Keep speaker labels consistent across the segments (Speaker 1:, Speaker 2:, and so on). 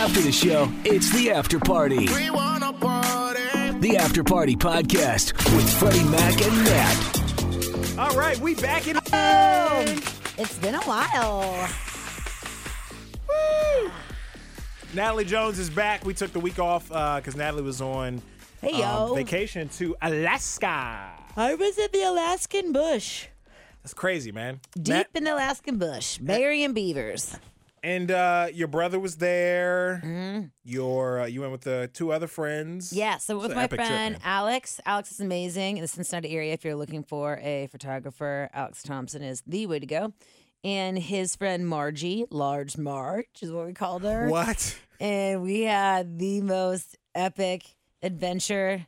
Speaker 1: After the show, it's the after party.
Speaker 2: We wanna party.
Speaker 1: The After Party Podcast with Freddie Mac and Matt.
Speaker 3: All right, we back in.
Speaker 4: It's been a while.
Speaker 3: Natalie Jones is back. We took the week off because Natalie was on um,
Speaker 4: Hey, yo.
Speaker 3: vacation to Alaska.
Speaker 4: I was in the Alaskan bush.
Speaker 3: That's crazy, man.
Speaker 4: Deep
Speaker 3: Nat-
Speaker 4: in the Alaskan bush, burying beavers.
Speaker 3: and uh, your brother was there. Your uh, you went with the two other friends.
Speaker 4: Mm. Yeah, so with
Speaker 3: an
Speaker 4: my
Speaker 3: epic trip,
Speaker 4: friend
Speaker 3: man.
Speaker 4: Alex. Alex is amazing in the Cincinnati area. If you're looking for a photographer, Alex Thompson is the way to go. And his friend Margie, Large Marge is what we called her.
Speaker 3: What?
Speaker 4: and we had the most epic adventure.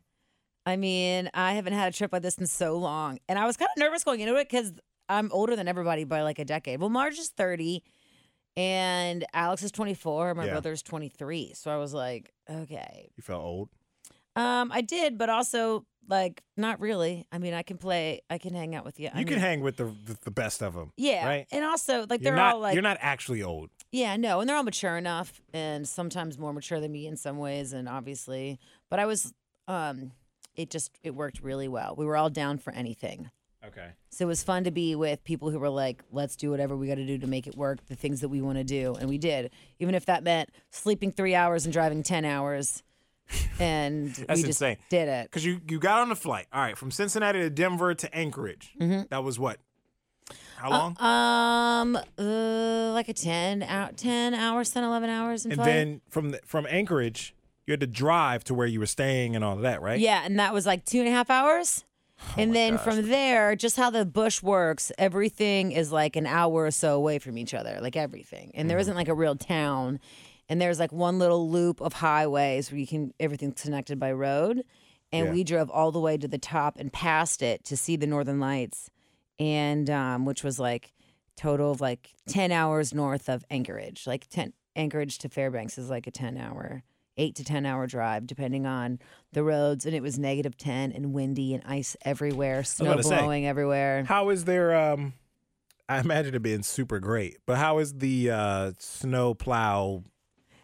Speaker 4: I mean, I haven't had a trip like this in so long, and I was kind of nervous going into it because I'm older than everybody by like a decade. Well, Marge is 30, and Alex is 24, my
Speaker 3: Yeah.
Speaker 4: brother's 23. So I was like, okay,
Speaker 3: You felt old.
Speaker 4: um, I did, but also like not really. I mean, I can play, I can hang out with you.
Speaker 3: You can hang with the the, the best of them.
Speaker 4: yeah,
Speaker 3: Right.
Speaker 4: and also like
Speaker 3: You're
Speaker 4: they're
Speaker 3: not
Speaker 4: all like
Speaker 3: you're not actually old.
Speaker 4: yeah, no, and they're all mature enough, and sometimes more mature than me in some ways, and obviously, but I was, um, it just it worked really well. We were all down for anything,
Speaker 3: Okay.
Speaker 4: so it was fun to be with people who were like, "Let's do whatever we got to do to make it work." The things that we want to do, and we did, even if that meant sleeping three hours and driving ten hours, and
Speaker 3: That's
Speaker 4: we just
Speaker 3: insane.
Speaker 4: did it.
Speaker 3: Because you you got on the flight. All right, from Cincinnati to Denver to Anchorage.
Speaker 4: Mm-hmm.
Speaker 3: That was what? How
Speaker 4: Uh,
Speaker 3: long?
Speaker 4: Um, uh, like a ten out, ten hours, ten, eleven hours, in
Speaker 3: and
Speaker 4: flight.
Speaker 3: then from the, from Anchorage, you had to drive to where you were staying and all of that, right? Oh
Speaker 4: Yeah, and that was like two and a half hours. and then from there, just how the bush works, everything is like an hour or so away from each other, like everything. And
Speaker 3: Mm-hmm.
Speaker 4: there isn't like a real town. And there's like one little loop of highways where you can everything's connected by road. And
Speaker 3: Yeah.
Speaker 4: we drove all the way to the top and past it to see the northern lights. And um, which was like total of like 10 hours north of Anchorage. Like 10 Anchorage to Fairbanks is like a 10 hour, 8 to 10 hour drive depending on the roads and it was negative 10 and windy and ice everywhere, snow
Speaker 3: about to say.
Speaker 4: blowing everywhere.
Speaker 3: How is there? Um, I imagine it being super great, but how is the uh, snow plow?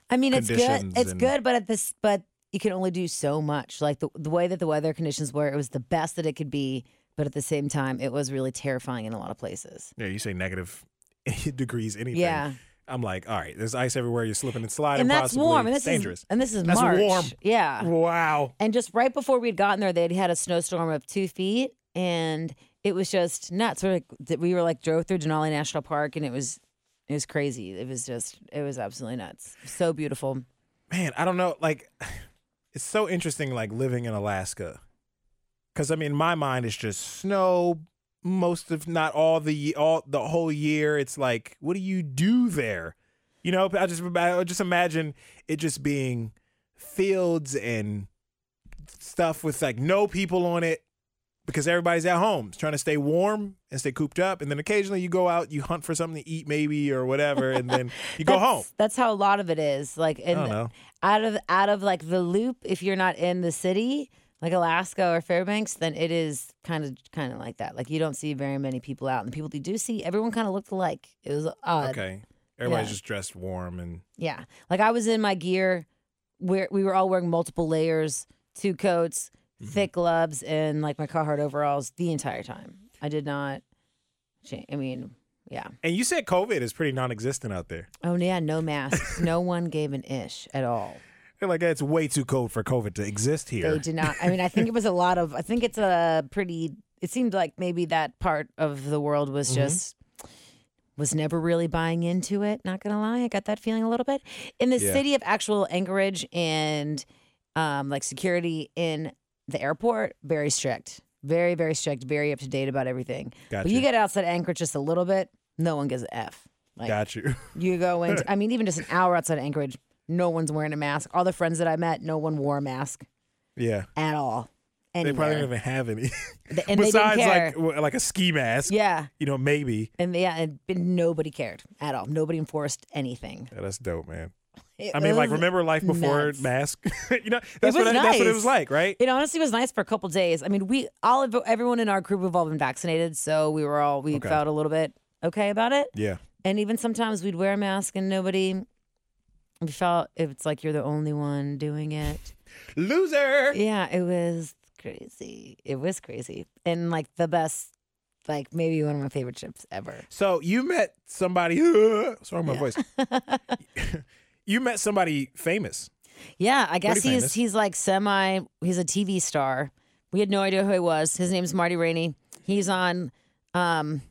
Speaker 4: I mean, it's good.
Speaker 3: conditions
Speaker 4: It's
Speaker 3: and-
Speaker 4: good, but at this but you can only do so much. Like the the way that the weather conditions were, it was the best that it could be, but at the same time, it was really terrifying in a lot of places.
Speaker 3: Yeah, you say negative degrees. Anything?
Speaker 4: Yeah.
Speaker 3: I'm like, all right. There's ice everywhere. You're slipping and sliding.
Speaker 4: And that's
Speaker 3: possibly.
Speaker 4: warm. And this
Speaker 3: dangerous.
Speaker 4: is and this is
Speaker 3: That's
Speaker 4: March.
Speaker 3: warm.
Speaker 4: Yeah.
Speaker 3: Wow.
Speaker 4: And just right before we'd gotten there, they'd had a snowstorm of two feet, and it was just nuts. We're like, th- we were like drove through Denali National Park, and it was it was crazy. It was just it was absolutely nuts. So beautiful.
Speaker 3: man, I don't know. Like, it's so interesting, like living in Alaska, because I mean, my mind is just snow most of not all the ye- all the whole year. It's like, what do you do there? You know, I just I just imagine it just being fields and stuff with like no people on it because everybody's at home trying to stay warm and stay cooped up and then occasionally you go out you hunt for something to eat maybe or whatever and then you go
Speaker 4: that's,
Speaker 3: home
Speaker 4: That's how a lot of it is. Like, in,
Speaker 3: don't know.
Speaker 4: out of out of like the loop, if you're not in the city, like Alaska or Fairbanks, then it is kind of kind of like that. Like you don't see very many people out, and the people that you do see, everyone kind of looked alike. It was odd.
Speaker 3: Okay. Everybody's
Speaker 4: Yeah.
Speaker 3: just dressed warm and
Speaker 4: Yeah. Like I was in my gear where we were all wearing multiple layers, two coats, thick gloves, and like my Carhartt overalls the entire time. I did not change. I mean, yeah.
Speaker 3: and you said COVID is pretty non-existent out there.
Speaker 4: Oh, yeah. No masks. no one gave an ish at all.
Speaker 3: They're like it's way too cold for COVID to exist here.
Speaker 4: They did not. I mean, I think it was a lot of, I think it's a pretty, it seemed like maybe that part of the world was
Speaker 3: Mm-hmm.
Speaker 4: just. Was never really buying into it. Not gonna lie, I got that feeling a little bit. In the
Speaker 3: Yeah.
Speaker 4: city of actual Anchorage and um, like security in the airport, very strict, very very strict, very up to date about everything. But
Speaker 3: Gotcha.
Speaker 4: you get outside Anchorage just a little bit, no one gives a f. Like
Speaker 3: Got you.
Speaker 4: you go into, I mean, even just an hour outside Anchorage, no one's wearing a mask. All the friends that I met, no one wore a mask
Speaker 3: yeah.
Speaker 4: at all.
Speaker 3: They probably don't
Speaker 4: Anywhere.
Speaker 3: even have any.
Speaker 4: Th- and they didn't
Speaker 3: Besides
Speaker 4: care.
Speaker 3: like w- like a ski mask.
Speaker 4: yeah.
Speaker 3: You know, maybe.
Speaker 4: And yeah, and nobody cared at all. Nobody enforced anything.
Speaker 3: Yeah, that's dope, man.
Speaker 4: It
Speaker 3: I mean, like
Speaker 4: was-
Speaker 3: remember life before
Speaker 4: nuts.
Speaker 3: mask? you know, that's
Speaker 4: was
Speaker 3: what I- that's what it
Speaker 4: nice.
Speaker 3: was like, right?
Speaker 4: It honestly was nice for a couple days. I mean, we all of everyone in our group have all been vaccinated, so we were all we
Speaker 3: Okay.
Speaker 4: felt a little bit okay about it.
Speaker 3: yeah.
Speaker 4: And even sometimes we'd wear a mask and nobody You felt it's like you're the only one doing it.
Speaker 3: Loser.
Speaker 4: Yeah, it was crazy. It was crazy. And like the best, like maybe one of my favorite trips ever.
Speaker 3: So you met somebody. sorry, my voice. you met somebody famous.
Speaker 4: Yeah, I guess
Speaker 3: Pretty
Speaker 4: he's
Speaker 3: famous.
Speaker 4: he's like semi. He's a TV star. We had no idea who he was. His name's Marty Rainey. He's on, um,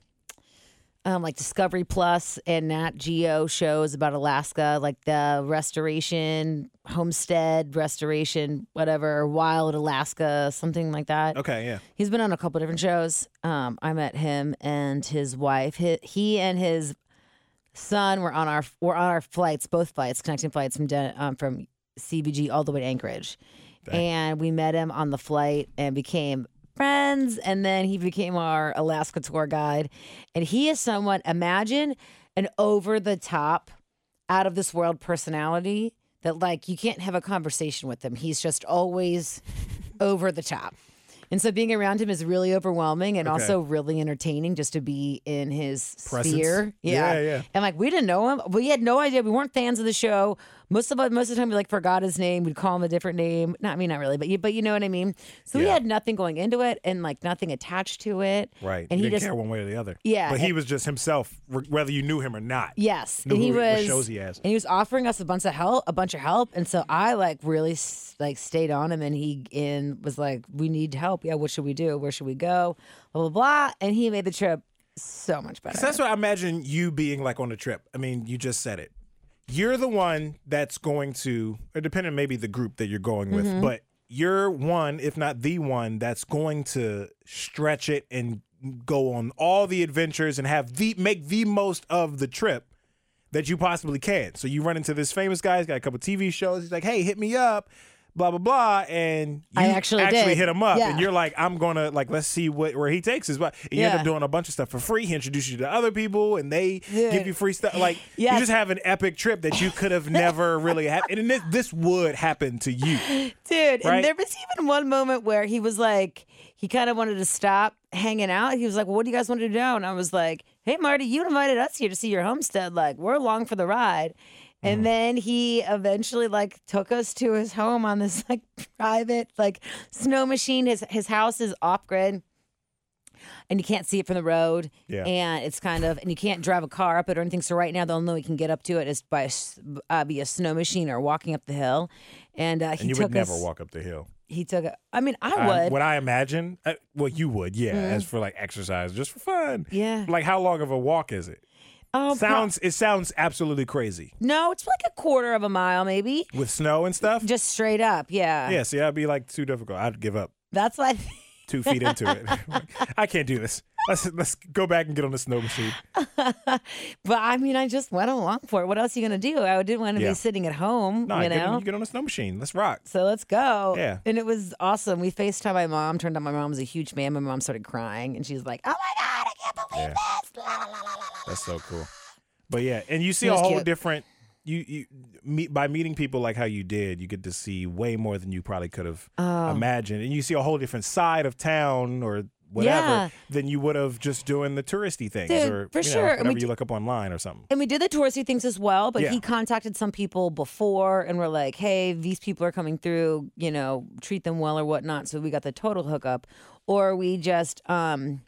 Speaker 4: um, like Discovery Plus and Nat Geo shows about Alaska, like the restoration, homestead restoration, whatever, wild Alaska, something like that.
Speaker 3: Okay, yeah.
Speaker 4: He's been on a couple different shows. Um, I met him and his wife. He, he and his son were on our were on our flights, both flights, connecting flights from Den- um, from CBG all the way to Anchorage. And we met him on the flight and became friends. And then he became our Alaska tour guide. And he is someone. Imagine an over the top, out of this world personality that like you can't have a conversation with him. He's just always over the top. And so being around him is really overwhelming and also really entertaining just to be in his
Speaker 3: Presence.
Speaker 4: sphere.
Speaker 3: Yeah, yeah.
Speaker 4: And like we didn't know him. We had no idea. We weren't fans of the show. Most of us, most of the time, we like forgot his name. We'd call him a different name. Not I mean, not really, but you, but you know what I mean. So we
Speaker 3: Yeah.
Speaker 4: had nothing going into it, and like nothing attached to it.
Speaker 3: Right.
Speaker 4: And
Speaker 3: you
Speaker 4: he
Speaker 3: didn't
Speaker 4: just
Speaker 3: care one way or the other.
Speaker 4: Yeah,
Speaker 3: But he
Speaker 4: and-
Speaker 3: was just himself, re- whether you knew him or not.
Speaker 4: Yes,
Speaker 3: Knew
Speaker 4: and he
Speaker 3: who he- what
Speaker 4: was
Speaker 3: shows he has.
Speaker 4: and he was offering us a bunch of help, a bunch of help, and so I like really s- like stayed on him, and he and was like, "We need help. Yeah, what should we do? Where should we go? Blah blah blah." And he made the trip so much better.
Speaker 3: So that's what I imagine you being like on the trip. I mean, you just said it. You're the one that's going to, or depending maybe the group that you're going with,
Speaker 4: Mm-hmm.
Speaker 3: but you're one, if not the one, that's going to stretch it and go on all the adventures and have the make the most of the trip that you possibly can. So you run into this famous guy, he's got a couple TV shows. He's like, "Hey, hit me up." Blah blah blah, and you
Speaker 4: I actually did.
Speaker 3: hit him up,
Speaker 4: Yeah.
Speaker 3: and you're like, "I'm gonna like let's see what where he takes us." But and you end
Speaker 4: Yeah.
Speaker 3: up doing doing a bunch of stuff for free. He introduces you to other people, and they give you free stuff. Like
Speaker 4: Yes.
Speaker 3: you just have an epic trip that you could have never really had. And this this would happen to you. Right?
Speaker 4: dude. And there was even one moment where he was like, he kind of wanted to stop hanging out. He was like, well, "What do you guys want to do?" now?" And I was like, "Hey, Marty, you invited us here to see your homestead. Like, we're along for the ride."
Speaker 3: Mm-hmm.
Speaker 4: And then he eventually like took us to his home on this like private like snow machine. His his house is off grid and you can't see it from the road.
Speaker 3: Yeah.
Speaker 4: And it's kind of, and you can't drive a car up it or anything. So right now, the only way you can get up to it is by a s- uh, via snow machine or walking up the hill. And, uh, he
Speaker 3: And you
Speaker 4: took
Speaker 3: would never
Speaker 4: us,
Speaker 3: walk Uh, up the hill.
Speaker 4: He took. A, I mean, I
Speaker 3: I-
Speaker 4: would. Mm-hmm.
Speaker 3: what I imagine, uh, well, you would, yeah, as for like exercise, just for fun.
Speaker 4: Yeah.
Speaker 3: Like how long of a walk is it?
Speaker 4: Oh, pro-
Speaker 3: Sounds it sounds absolutely crazy
Speaker 4: no, it's like a quarter of a mile, maybe.
Speaker 3: with snow and stuff.
Speaker 4: Just straight up, yeah.
Speaker 3: yeah, see, that'd be like too difficult. I'd give up
Speaker 4: That's what. I think.
Speaker 3: two feet into it. I can't do this. Let's let's go back and get on the snow machine.
Speaker 4: But I mean, I just went along for it. What else are you gonna do? I didn't want to
Speaker 3: Yeah.
Speaker 4: be sitting at home,
Speaker 3: No,
Speaker 4: you
Speaker 3: get, on-
Speaker 4: know.
Speaker 3: you get on the snow machine. Let's rock.
Speaker 4: So let's go.
Speaker 3: Yeah.
Speaker 4: And it was awesome. We FaceTime my mom, turned out my mom was a huge fan. My mom started crying and she was like, Oh my God, I can't believe this. La, la, la, la, la, la.
Speaker 3: That's so cool. But yeah, and you see
Speaker 4: It
Speaker 3: a
Speaker 4: was
Speaker 3: whole
Speaker 4: cute.
Speaker 3: different you you meet by meeting people like how you did, you get to see way more than you probably could have
Speaker 4: Oh.
Speaker 3: imagined. And you see a whole different side of town or whatever
Speaker 4: Yeah.
Speaker 3: than you would have just doing the touristy things
Speaker 4: Dude,
Speaker 3: or
Speaker 4: for
Speaker 3: you know,
Speaker 4: sure. And we
Speaker 3: whatever
Speaker 4: d-
Speaker 3: you look up online or something.
Speaker 4: And we did the touristy things as well, but
Speaker 3: Yeah.
Speaker 4: he contacted some people before and we're like, hey, these people are coming through, you know, treat them well or whatnot. So we got the total hookup. Or we just, um,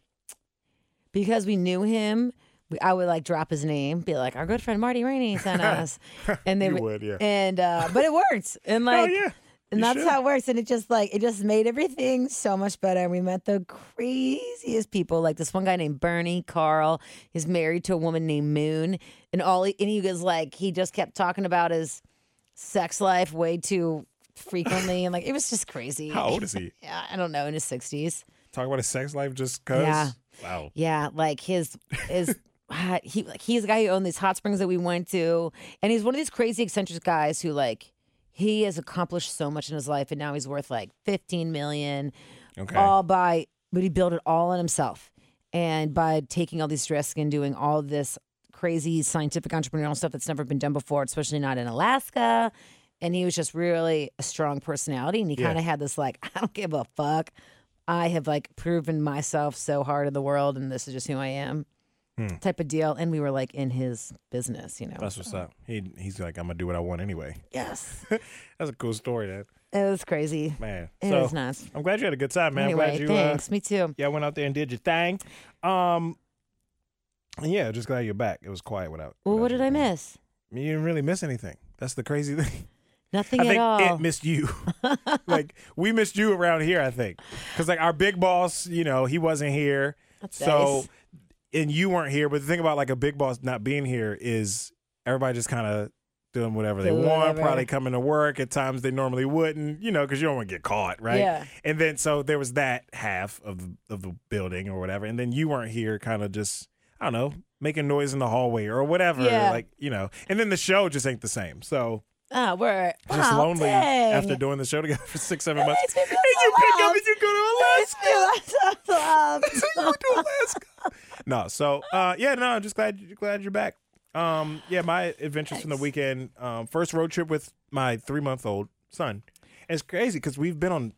Speaker 4: because we knew him, we, I would like drop his name, be like, our good friend Marty Rainey sent us. and they
Speaker 3: You would, yeah.
Speaker 4: And, uh, but it worked. And like,
Speaker 3: oh yeah.
Speaker 4: And
Speaker 3: You
Speaker 4: that's
Speaker 3: should.
Speaker 4: how it works. And it just like it just made everything so much better. We met the craziest people. Like this one guy named Bernie Carl. He's married to a woman named Moon. And all he, and he was like he just kept talking about his sex life way too frequently. And like it was just crazy.
Speaker 3: How old is he?
Speaker 4: Yeah, I don't know, in his sixties.
Speaker 3: Talk about his sex life just cuz.
Speaker 4: Yeah.
Speaker 3: Wow.
Speaker 4: Yeah, like his his he like he's the guy who owned these hot springs that we went to, and he's one of these crazy eccentric guys who like he has accomplished so much in his life, and now he's worth like fifteen million,
Speaker 3: Okay.
Speaker 4: all by but he built it all on himself, and by taking all these risks and doing all this crazy scientific entrepreneurial stuff that's never been done before, especially not in Alaska. And he was just really a strong personality, and he
Speaker 3: Yeah.
Speaker 4: kind of had this like, I don't give a fuck. I have like proven myself so hard in the world, and this is just who I am.
Speaker 3: Hmm.
Speaker 4: type of deal. And we were like in his business, you know.
Speaker 3: That's what's up. He he's like, I'm gonna do what I want anyway.
Speaker 4: yes.
Speaker 3: That's a cool story, that
Speaker 4: It was crazy.
Speaker 3: man.
Speaker 4: It
Speaker 3: so
Speaker 4: was nuts.
Speaker 3: I'm glad you had a good time, man. I'm
Speaker 4: anyway,
Speaker 3: glad you uh,
Speaker 4: thanks. Me too.
Speaker 3: yeah went out there and did your thing. Um, and yeah, just glad you're back. It was quiet without.
Speaker 4: Well,
Speaker 3: without
Speaker 4: what did I
Speaker 3: you.
Speaker 4: miss?
Speaker 3: You didn't really miss anything. That's the crazy thing.
Speaker 4: Nothing
Speaker 3: I think
Speaker 4: at all.
Speaker 3: it missed you. like we missed you around here, I think, because like our big boss, you know, he wasn't here, so
Speaker 4: nice.
Speaker 3: and you weren't here. But the thing about like a big boss not being here is everybody just kind of doing whatever they
Speaker 4: Do
Speaker 3: want.
Speaker 4: whatever.
Speaker 3: Probably coming to work at times they normally wouldn't, you know, because you don't want to get caught, right?
Speaker 4: Yeah.
Speaker 3: And then so there was that half of the, of the building or whatever, and then you weren't here, kind of just I don't know, making noise in the hallway or whatever,
Speaker 4: Yeah.
Speaker 3: like you know. And then the show just ain't the same, so
Speaker 4: Ah, we're
Speaker 3: just
Speaker 4: wow,
Speaker 3: lonely
Speaker 4: dang.
Speaker 3: after doing the show together for six, seven months.
Speaker 4: makes me feel
Speaker 3: and you
Speaker 4: so
Speaker 3: pick up
Speaker 4: loved.
Speaker 3: and you go to
Speaker 4: Makes
Speaker 3: Alaska.
Speaker 4: me feel so loved.
Speaker 3: you go to Alaska. No, so uh, yeah, no, I'm just glad you glad you're back. Um, yeah, my adventures from the
Speaker 4: Thanks.
Speaker 3: weekend. Um, first road trip with my three month old son. And it's crazy because we've been on.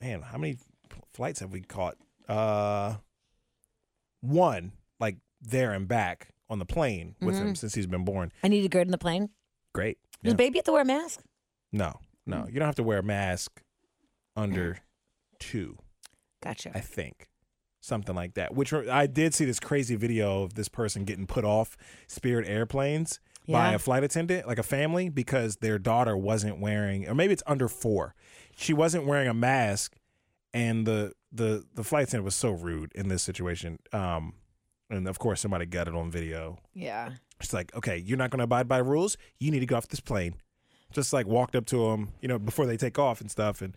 Speaker 3: Man, how many flights have we caught? Uh, one like there and back on the plane with him since he's been born.
Speaker 4: I need to gird in the plane.
Speaker 3: Great.
Speaker 4: Does
Speaker 3: Yeah.
Speaker 4: the baby have to wear a mask?
Speaker 3: No, no, you don't have to wear a mask under two,
Speaker 4: Gotcha.
Speaker 3: I think, something like that. Which re- I did see this crazy video of this person getting put off Spirit airplanes by
Speaker 4: Yeah.
Speaker 3: a flight attendant, like a family, because their daughter wasn't wearing, or maybe it's under four, she wasn't wearing a mask, and the the the flight attendant was so rude in this situation. Um, and of course, somebody got it on video.
Speaker 4: yeah.
Speaker 3: She's like, okay, you're not going to abide by rules. You need to get off this plane. Just like walked up to him, you know, before they take off and stuff. And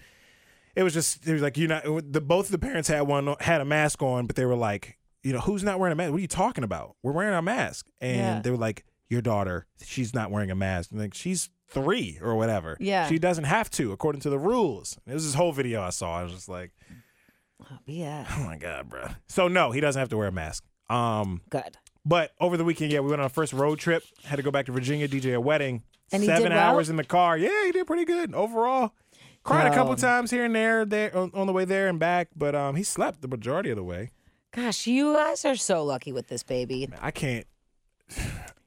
Speaker 3: it was just, it was like, you're not, the, both the parents had one, on- had a mask on, but they were like, you know, who's not wearing a mask? What are you talking about? We're wearing our mask. And
Speaker 4: Yeah.
Speaker 3: they were like, your daughter, she's not wearing a mask. And like, she's three or whatever.
Speaker 4: Yeah.
Speaker 3: She doesn't have to, according to the rules. It was this whole video I saw. I was just like,
Speaker 4: Oh, yeah.
Speaker 3: oh my God, bro. So no, he doesn't have to wear a mask. Um,
Speaker 4: Good.
Speaker 3: but over the weekend, yeah, we went on our first road trip. Had to go back to Virginia, DJ a wedding.
Speaker 4: And he did
Speaker 3: Seven
Speaker 4: well?
Speaker 3: hours in the car. Yeah, he did pretty good overall. Cried a couple
Speaker 4: Um,
Speaker 3: times here and there, there on, on the way there and back, but um, he slept the majority of the way.
Speaker 4: Gosh, you guys are so lucky with this baby.
Speaker 3: I can't,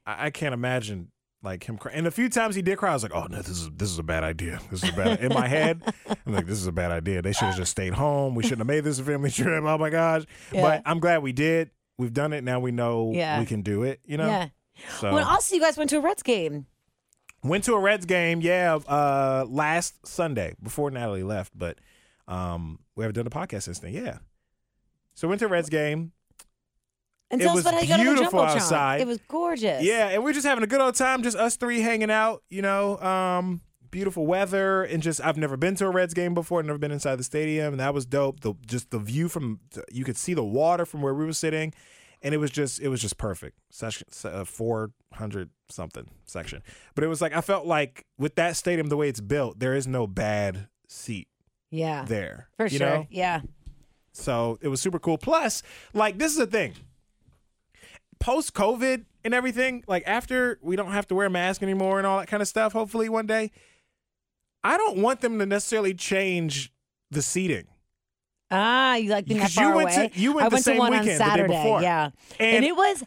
Speaker 3: I, I can't imagine like him crying. And a few times he did cry. I was like, oh no, this is this is a bad idea. This is a bad in my head. I'm like, this is a bad idea. They should have just stayed home. We shouldn't have made this a family trip. Oh my gosh.
Speaker 4: Yeah.
Speaker 3: But I'm glad we did. We've done it. Now we know
Speaker 4: Yeah.
Speaker 3: we can do it. You know.
Speaker 4: Yeah.
Speaker 3: So.
Speaker 4: Well, also you guys went to a Reds game.
Speaker 3: Went to a Reds game, yeah, uh, last Sunday before Natalie left, but um, we haven't done a podcast since then, yeah. So went to a Reds game,
Speaker 4: And
Speaker 3: It
Speaker 4: tell us
Speaker 3: was
Speaker 4: about how you got on the
Speaker 3: beautiful
Speaker 4: jumbotron.
Speaker 3: outside.
Speaker 4: It was gorgeous.
Speaker 3: yeah, and we are just having a good old time, just us three hanging out, you know. Um, beautiful weather, and just I've never been to a Reds game before, never been inside the stadium, and that was dope. The just the view from you could see the water from where we were sitting, and it was just it was just perfect. Section uh, four hundred something section, but it was like I felt like with that stadium the way it's built, there is no bad seat
Speaker 4: Yeah.
Speaker 3: there
Speaker 4: For
Speaker 3: you
Speaker 4: sure.
Speaker 3: know?
Speaker 4: Yeah.
Speaker 3: So it was super cool. Plus, like this is the thing. Post COVID and everything, like after we don't have to wear masks anymore and all that kind of stuff, hopefully one day, I don't want them to necessarily change the seating.
Speaker 4: Ah, you like being that
Speaker 3: Because you
Speaker 4: far
Speaker 3: went to-
Speaker 4: away?
Speaker 3: you went
Speaker 4: I
Speaker 3: the
Speaker 4: went
Speaker 3: same
Speaker 4: to one
Speaker 3: weekend the
Speaker 4: on
Speaker 3: day
Speaker 4: Saturday.
Speaker 3: before.
Speaker 4: Yeah,
Speaker 3: And-
Speaker 4: it was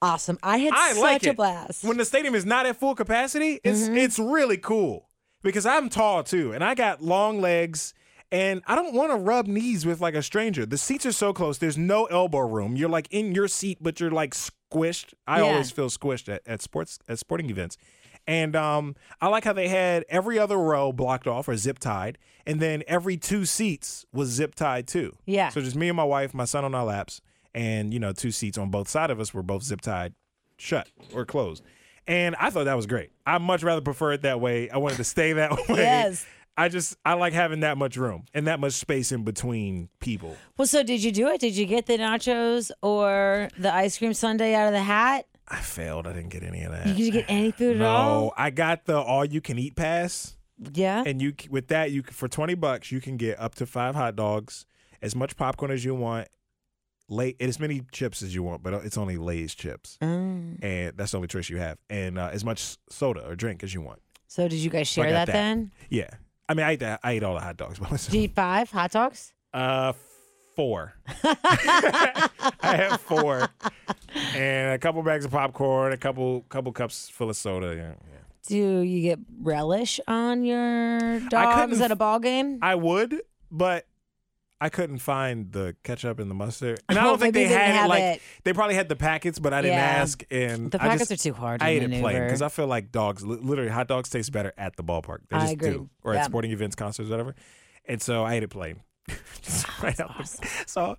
Speaker 4: awesome. I had
Speaker 3: I
Speaker 4: such
Speaker 3: like
Speaker 4: a
Speaker 3: it.
Speaker 4: blast. Mm-hmm.
Speaker 3: When the stadium is not at full capacity, it's it's really cool because I'm tall too and I got long legs and I don't want to rub knees with like a stranger. The seats are so close. There's no elbow room. You're like in your seat, but you're like squished. I
Speaker 4: Yeah.
Speaker 3: always feel squished at, at sports at sporting events. And um, I like how they had every other row blocked off or zip tied, and then every two seats was zip tied too.
Speaker 4: Yeah.
Speaker 3: So just me and my wife, my son on our laps, and you know, two seats on both side of us were both zip tied shut or closed. And I thought that was great. I much rather prefer it that way. I wanted to stay that way.
Speaker 4: Yes.
Speaker 3: I just I like having that much room and that much space in between people.
Speaker 4: well, so did you do it? Did you get the nachos or the ice cream sundae out of the hat?
Speaker 3: I failed. I didn't get any of that.
Speaker 4: Did you get any food at
Speaker 3: no,
Speaker 4: all?
Speaker 3: I got the all you can eat pass,
Speaker 4: Yeah.
Speaker 3: and you c- with that you c- for twenty bucks you can get up to five hot dogs, as much popcorn as you want, lay and as many chips as you want, but it's only Lay's chips,
Speaker 4: Mm.
Speaker 3: and that's the only choice you have, and uh, as much s- soda or drink as you want.
Speaker 4: So did you guys share
Speaker 3: got
Speaker 4: that,
Speaker 3: that.
Speaker 4: then?
Speaker 3: Yeah. I mean, I ate that. I ate all the hot dogs. But
Speaker 4: Did you eat five hot dogs?
Speaker 3: uh, four. I have four, and a couple bags of popcorn, a couple couple cups full of soda. Yeah, yeah.
Speaker 4: Do you get relish on your
Speaker 3: couldn't
Speaker 4: dogs at
Speaker 3: f-
Speaker 4: a ball game?
Speaker 3: I would, but I couldn't find the ketchup and the mustard, and I
Speaker 4: Oh,
Speaker 3: don't think
Speaker 4: maybe
Speaker 3: they
Speaker 4: they didn't
Speaker 3: had it.
Speaker 4: have
Speaker 3: Like
Speaker 4: it.
Speaker 3: they probably had the packets, but I didn't
Speaker 4: Yeah.
Speaker 3: ask. And
Speaker 4: The
Speaker 3: I
Speaker 4: packets
Speaker 3: just-
Speaker 4: are too hard
Speaker 3: I
Speaker 4: to
Speaker 3: ate it plain
Speaker 4: maneuver.
Speaker 3: because I feel like dogs, li- literally, hot dogs taste better at the ballpark. They
Speaker 4: I
Speaker 3: just
Speaker 4: agree.
Speaker 3: do, or
Speaker 4: Yeah.
Speaker 3: at sporting events, concerts, whatever. And so I ate it plain. Just
Speaker 4: Oh,
Speaker 3: right out the- So,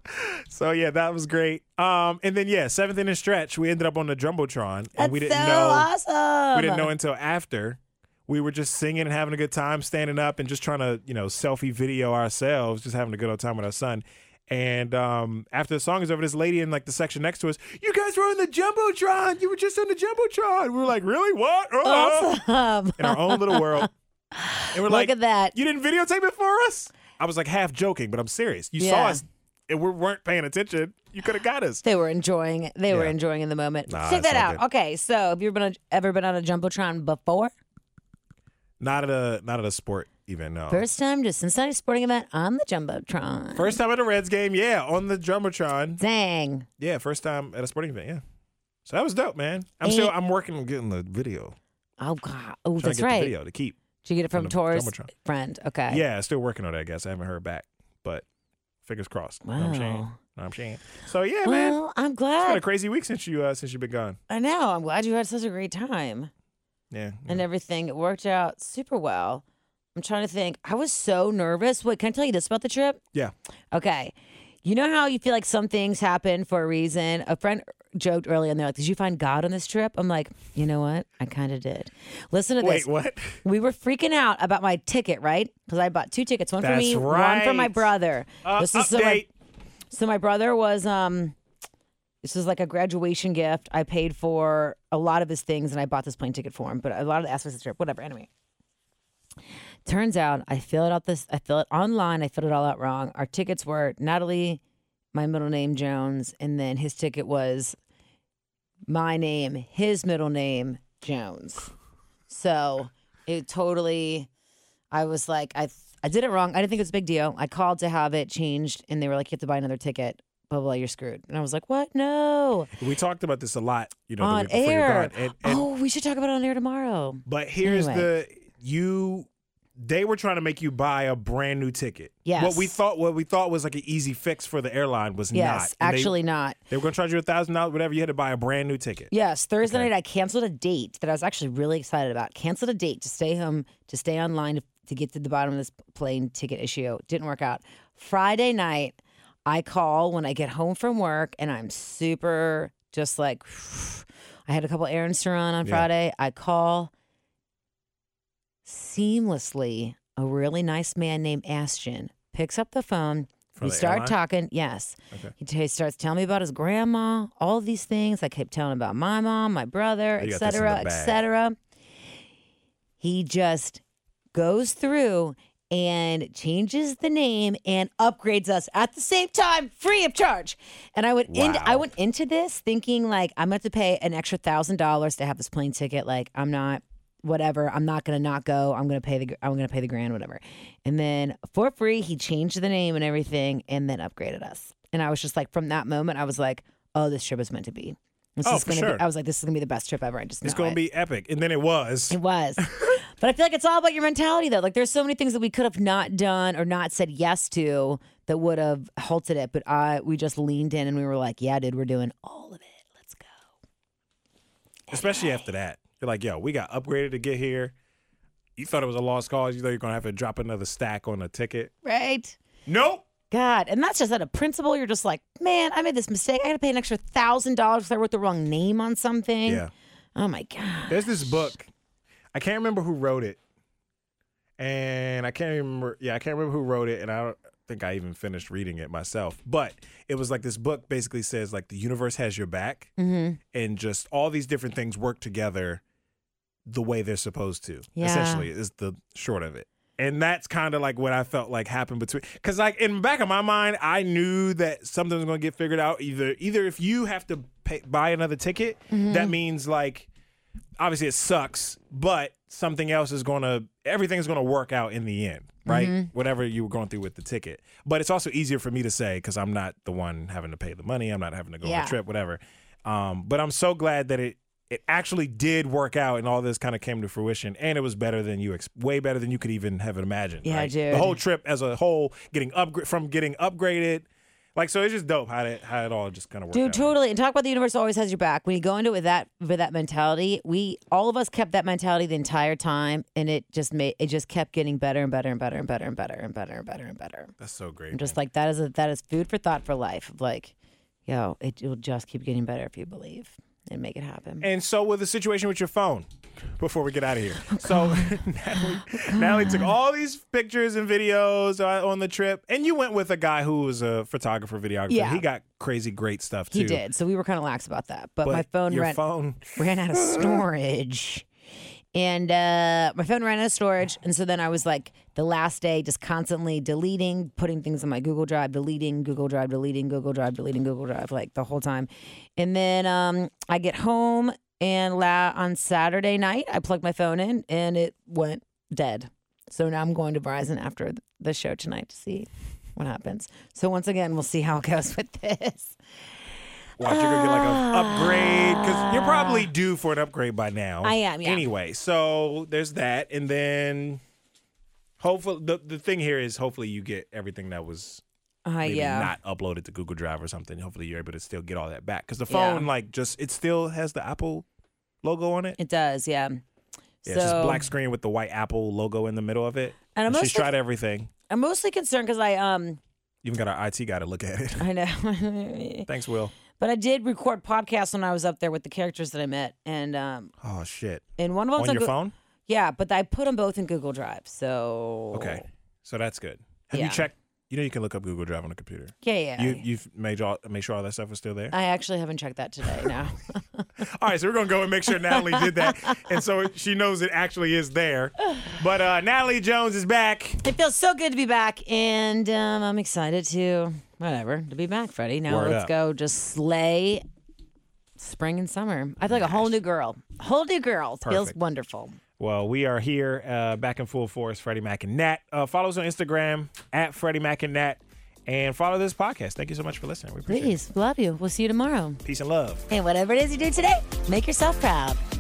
Speaker 3: so yeah, that was great. Um, and then yeah, seventh inning stretch, we ended up on the jumbotron, and
Speaker 4: That's
Speaker 3: we didn't
Speaker 4: so
Speaker 3: know
Speaker 4: awesome.
Speaker 3: we didn't know until after we were just singing and having a good time standing up and just trying to you know selfie video ourselves just having a good old time with our son and um, after the song is over this lady in like the section next to us you guys were on the jumbotron you were just on the jumbotron we were like really what Uh-uh."
Speaker 4: Awesome.
Speaker 3: in our own little world and we're
Speaker 4: Look
Speaker 3: like
Speaker 4: at that.
Speaker 3: you didn't videotape it for us i was like half joking but i'm serious you saw
Speaker 4: Yeah.
Speaker 3: us and we weren't paying attention you could have got us
Speaker 4: They were enjoying. They were
Speaker 3: Yeah.
Speaker 4: enjoying in the moment.
Speaker 3: Nah,
Speaker 4: Check
Speaker 3: it's
Speaker 4: that
Speaker 3: all
Speaker 4: out.
Speaker 3: good. Oh.
Speaker 4: Okay, so have you ever been on, ever been on a jumbotron before?
Speaker 3: not at a not at a sport even no
Speaker 4: First time to Cincinnati sporting event on the jumbotron.
Speaker 3: First time at a Reds game, yeah, on the Jumbotron.
Speaker 4: Dang.
Speaker 3: Yeah, first time at a sporting event, yeah. So that was dope, man. I'm
Speaker 4: And-
Speaker 3: still I'm working on getting the video.
Speaker 4: Oh God. Oh,
Speaker 3: Trying
Speaker 4: that's
Speaker 3: to get the
Speaker 4: right. Uh,
Speaker 3: video to keep.
Speaker 4: Did you get it
Speaker 3: from
Speaker 4: from
Speaker 3: the
Speaker 4: Tor's
Speaker 3: jumbotron.
Speaker 4: friend? Okay.
Speaker 3: Yeah, still working on it, I guess. I haven't heard back. But fingers crossed. Know what I'm saying?
Speaker 4: Wow.
Speaker 3: Know what I'm saying? So yeah, man.
Speaker 4: Well,
Speaker 3: It's been
Speaker 4: I'm
Speaker 3: a
Speaker 4: glad.
Speaker 3: crazy week since you uh since you've been gone.
Speaker 4: I know. I'm glad you had such a great time
Speaker 3: Yeah.
Speaker 4: and everything. It worked out super well. I'm trying to think. I was so nervous. Wait, can I tell you this about the trip?
Speaker 3: yeah.
Speaker 4: Okay. You know how you feel like some things happen for a reason? A friend joked earlier and they're like, Did you find God on this trip? I'm like, You know what? I kind of did. Listen to
Speaker 3: Wait,
Speaker 4: this.
Speaker 3: what?
Speaker 4: We were freaking out about my ticket, right? Because I bought two tickets one for
Speaker 3: That's
Speaker 4: me, one for my
Speaker 3: right.
Speaker 4: brother.
Speaker 3: Uh,
Speaker 4: this is so my,
Speaker 3: update.
Speaker 4: so my brother was um this was like a graduation gift. I paid for a lot of his things and I bought this plane ticket for him, but a lot of the aspects of the trip, whatever. Anyway. Turns out I filled out this I filled it online, I filled it all out wrong. Our tickets were Natalie, my middle name Jones, and then his ticket was my name, his middle name, Jones. So it totally I was like, I I did it wrong. I didn't think it was a big deal. I called to have it changed, and they were like, you have to buy another ticket. Blah blah, blah you're screwed. And I was like, what? No,
Speaker 3: we talked about this a lot, you know, the
Speaker 4: on
Speaker 3: week before you were
Speaker 4: air.
Speaker 3: gone. And- and-
Speaker 4: oh, we should talk about it on air tomorrow.
Speaker 3: But here's
Speaker 4: Anyway.
Speaker 3: the you they were trying to make you buy a brand new ticket.
Speaker 4: Yes.
Speaker 3: What we thought what we thought was like an easy fix for the airline was
Speaker 4: Yes,
Speaker 3: not. And they-
Speaker 4: actually not.
Speaker 3: they, were gonna charge you a thousand dollars, whatever, you had to buy a brand new ticket.
Speaker 4: Yes, Thursday
Speaker 3: Okay.
Speaker 4: night I canceled a date that I was actually really excited about. Canceled a date to stay home, to stay online, to, to get to the bottom of this plane ticket issue. Didn't work out. Friday night, I call when I get home from work and I'm super just like, I had a couple errands to run on
Speaker 3: Yeah.
Speaker 4: Friday. I call seamlessly a really nice man named Ashton picks up the phone.
Speaker 3: For
Speaker 4: we
Speaker 3: the
Speaker 4: start
Speaker 3: airline?
Speaker 4: talking. Yes. He t- starts telling me about his grandma, all these things. I kept telling about my mom, my brother,
Speaker 3: You got
Speaker 4: et
Speaker 3: this in
Speaker 4: cetera,
Speaker 3: the
Speaker 4: et
Speaker 3: bag.
Speaker 4: cetera. He just goes through and changes the name and upgrades us at the same time, free of charge. And I went into I
Speaker 3: Wow.
Speaker 4: went into this thinking like I'm going to have to pay an extra thousand dollars to have this plane ticket. Like I'm not whatever. I'm not going to not go. I'm going to pay the I'm going to pay the grand whatever. And then for free, he changed the name and everything, and then upgraded us. And I was just like, from that moment, I was like, oh, this trip is meant to be. This
Speaker 3: Oh,
Speaker 4: is
Speaker 3: for
Speaker 4: gonna
Speaker 3: sure.
Speaker 4: be, I was like, this is gonna be the best trip ever. I just
Speaker 3: It's
Speaker 4: know
Speaker 3: gonna
Speaker 4: it.
Speaker 3: be epic. And then it was.
Speaker 4: It was. but I feel like it's all about your mentality, though. Like, there's so many things that we could have not done or not said yes to that would have halted it. But I, we just leaned in and we were like, yeah, dude, we're doing all of it. Let's go.
Speaker 3: Especially after that. You're like, yo, we got upgraded to get here. You thought it was a lost cause, you thought you're gonna have to drop another stack on a ticket.
Speaker 4: Right?
Speaker 3: Nope.
Speaker 4: God. And that's just out of principle. You're just like, man, I made this mistake. I got to pay an extra $1,000 because I wrote the wrong name on something.
Speaker 3: Yeah.
Speaker 4: Oh, my God.
Speaker 3: There's this book. I can't remember who wrote it. And I can't remember. Yeah, I can't remember who wrote it. And I don't think I even finished reading it myself. But it was like this book basically says, like, the universe has your back. And just all these different things work together the way they're supposed to.
Speaker 4: Yeah.
Speaker 3: Essentially, is the short of it. And that's kind of like what I felt like happened between, because like in the back of my mind, I knew that something was going to get figured out. Either either if you have to pay, buy another ticket, that means like obviously it sucks, but something else is going to everything's going to work out in the end, right?
Speaker 4: Mm-hmm.
Speaker 3: Whatever you were going through with the ticket. But it's also easier for me to say cuz I'm not the one having to pay the money, I'm not having to go on
Speaker 4: Yeah.
Speaker 3: a trip, whatever. Um, but I'm so glad that it it actually did work out and all this kind of came to fruition and it was better than you ex- way better than you could even have imagined.
Speaker 4: Yeah,
Speaker 3: right?
Speaker 4: dude.
Speaker 3: The whole trip as a whole getting upgra- from getting upgraded like so it's just dope how that how it all just kind of worked
Speaker 4: Dude,
Speaker 3: out.
Speaker 4: totally. And talk about the universe always has your back. When you go into it with that with that mentality, we all of us kept that mentality the entire time, and it just made it just kept getting better and better and better and better and better and better and better and better.
Speaker 3: That's so great.
Speaker 4: I'm just
Speaker 3: man.
Speaker 4: like that is a, that is food for thought for life. Of Like, yo, it, it'll just keep getting better if you believe and make it happen.
Speaker 3: and so with the situation with your phone. Before we get out of here, so Natalie, Natalie took all these pictures and videos uh, on the trip, and you went with a guy who was a photographer, videographer.
Speaker 4: Yeah.
Speaker 3: he got crazy great stuff too.
Speaker 4: He did, so we were kind of lax about that. But,
Speaker 3: But
Speaker 4: my phone
Speaker 3: your
Speaker 4: ran
Speaker 3: phone,
Speaker 4: ran out of storage. And uh, my phone ran out of storage. And so then I was like, the last day, just constantly deleting, putting things in my Google Drive, deleting Google Drive, deleting Google Drive, deleting Google Drive, like the whole time. And then um, I get home, and la- on Saturday night, I plugged my phone in and it went dead. So now I'm going to Verizon after th- the show tonight to see what happens. So once again, we'll see how it goes with this.
Speaker 3: watch you're gonna get like an upgrade because you're probably due for an upgrade by now.
Speaker 4: I am, yeah.
Speaker 3: Anyway, so there's that, and then hopefully the the thing here is hopefully you get everything that was
Speaker 4: Uh,
Speaker 3: maybe
Speaker 4: yeah.
Speaker 3: not uploaded to Google Drive or something. Hopefully, you're able to still get all that back because the
Speaker 4: Yeah.
Speaker 3: phone, like, just it still has the Apple logo on it.
Speaker 4: It does, yeah.
Speaker 3: Yeah, it's just black screen with the white Apple logo in the middle of it.
Speaker 4: And I'm
Speaker 3: And she's
Speaker 4: mostly-
Speaker 3: tried everything.
Speaker 4: I'm mostly concerned because I um
Speaker 3: Even got our IT guy to look at it.
Speaker 4: I know,
Speaker 3: Thanks, Will.
Speaker 4: but I did record podcasts when I was up there with the characters that I met, and um
Speaker 3: Oh shit!
Speaker 4: and one of them's
Speaker 3: On your
Speaker 4: Goo-
Speaker 3: phone?
Speaker 4: Yeah, but I put them both in Google Drive, so
Speaker 3: Okay, so that's good. Have
Speaker 4: Yeah.
Speaker 3: you checked? You know you can look up Google Drive on a computer.
Speaker 4: Yeah, yeah. Uh,
Speaker 3: You
Speaker 4: yeah.
Speaker 3: you've made all make sure all that stuff is still there.
Speaker 4: I actually haven't checked that today. No.
Speaker 3: All right, so we're gonna go and make sure Natalie did that, and so she knows it actually is there. But uh, Natalie Jones is back.
Speaker 4: it feels so good to be back, and um, I'm excited to whatever to be back, Freddie. Now
Speaker 3: Word
Speaker 4: let's
Speaker 3: up.
Speaker 4: go, just slay spring and summer. I feel like a whole new girl, whole new girl. It Feels
Speaker 3: Perfect.
Speaker 4: wonderful.
Speaker 3: Well, we are here uh, back in full force, Freddie Mac and Nat. Uh, follow us on Instagram at Freddie Mac and Nat and follow this podcast. Thank you so much for listening. We appreciate
Speaker 4: Please, love you. We'll see you tomorrow.
Speaker 3: it. Peace and love.
Speaker 4: And whatever it is you do today, make yourself proud.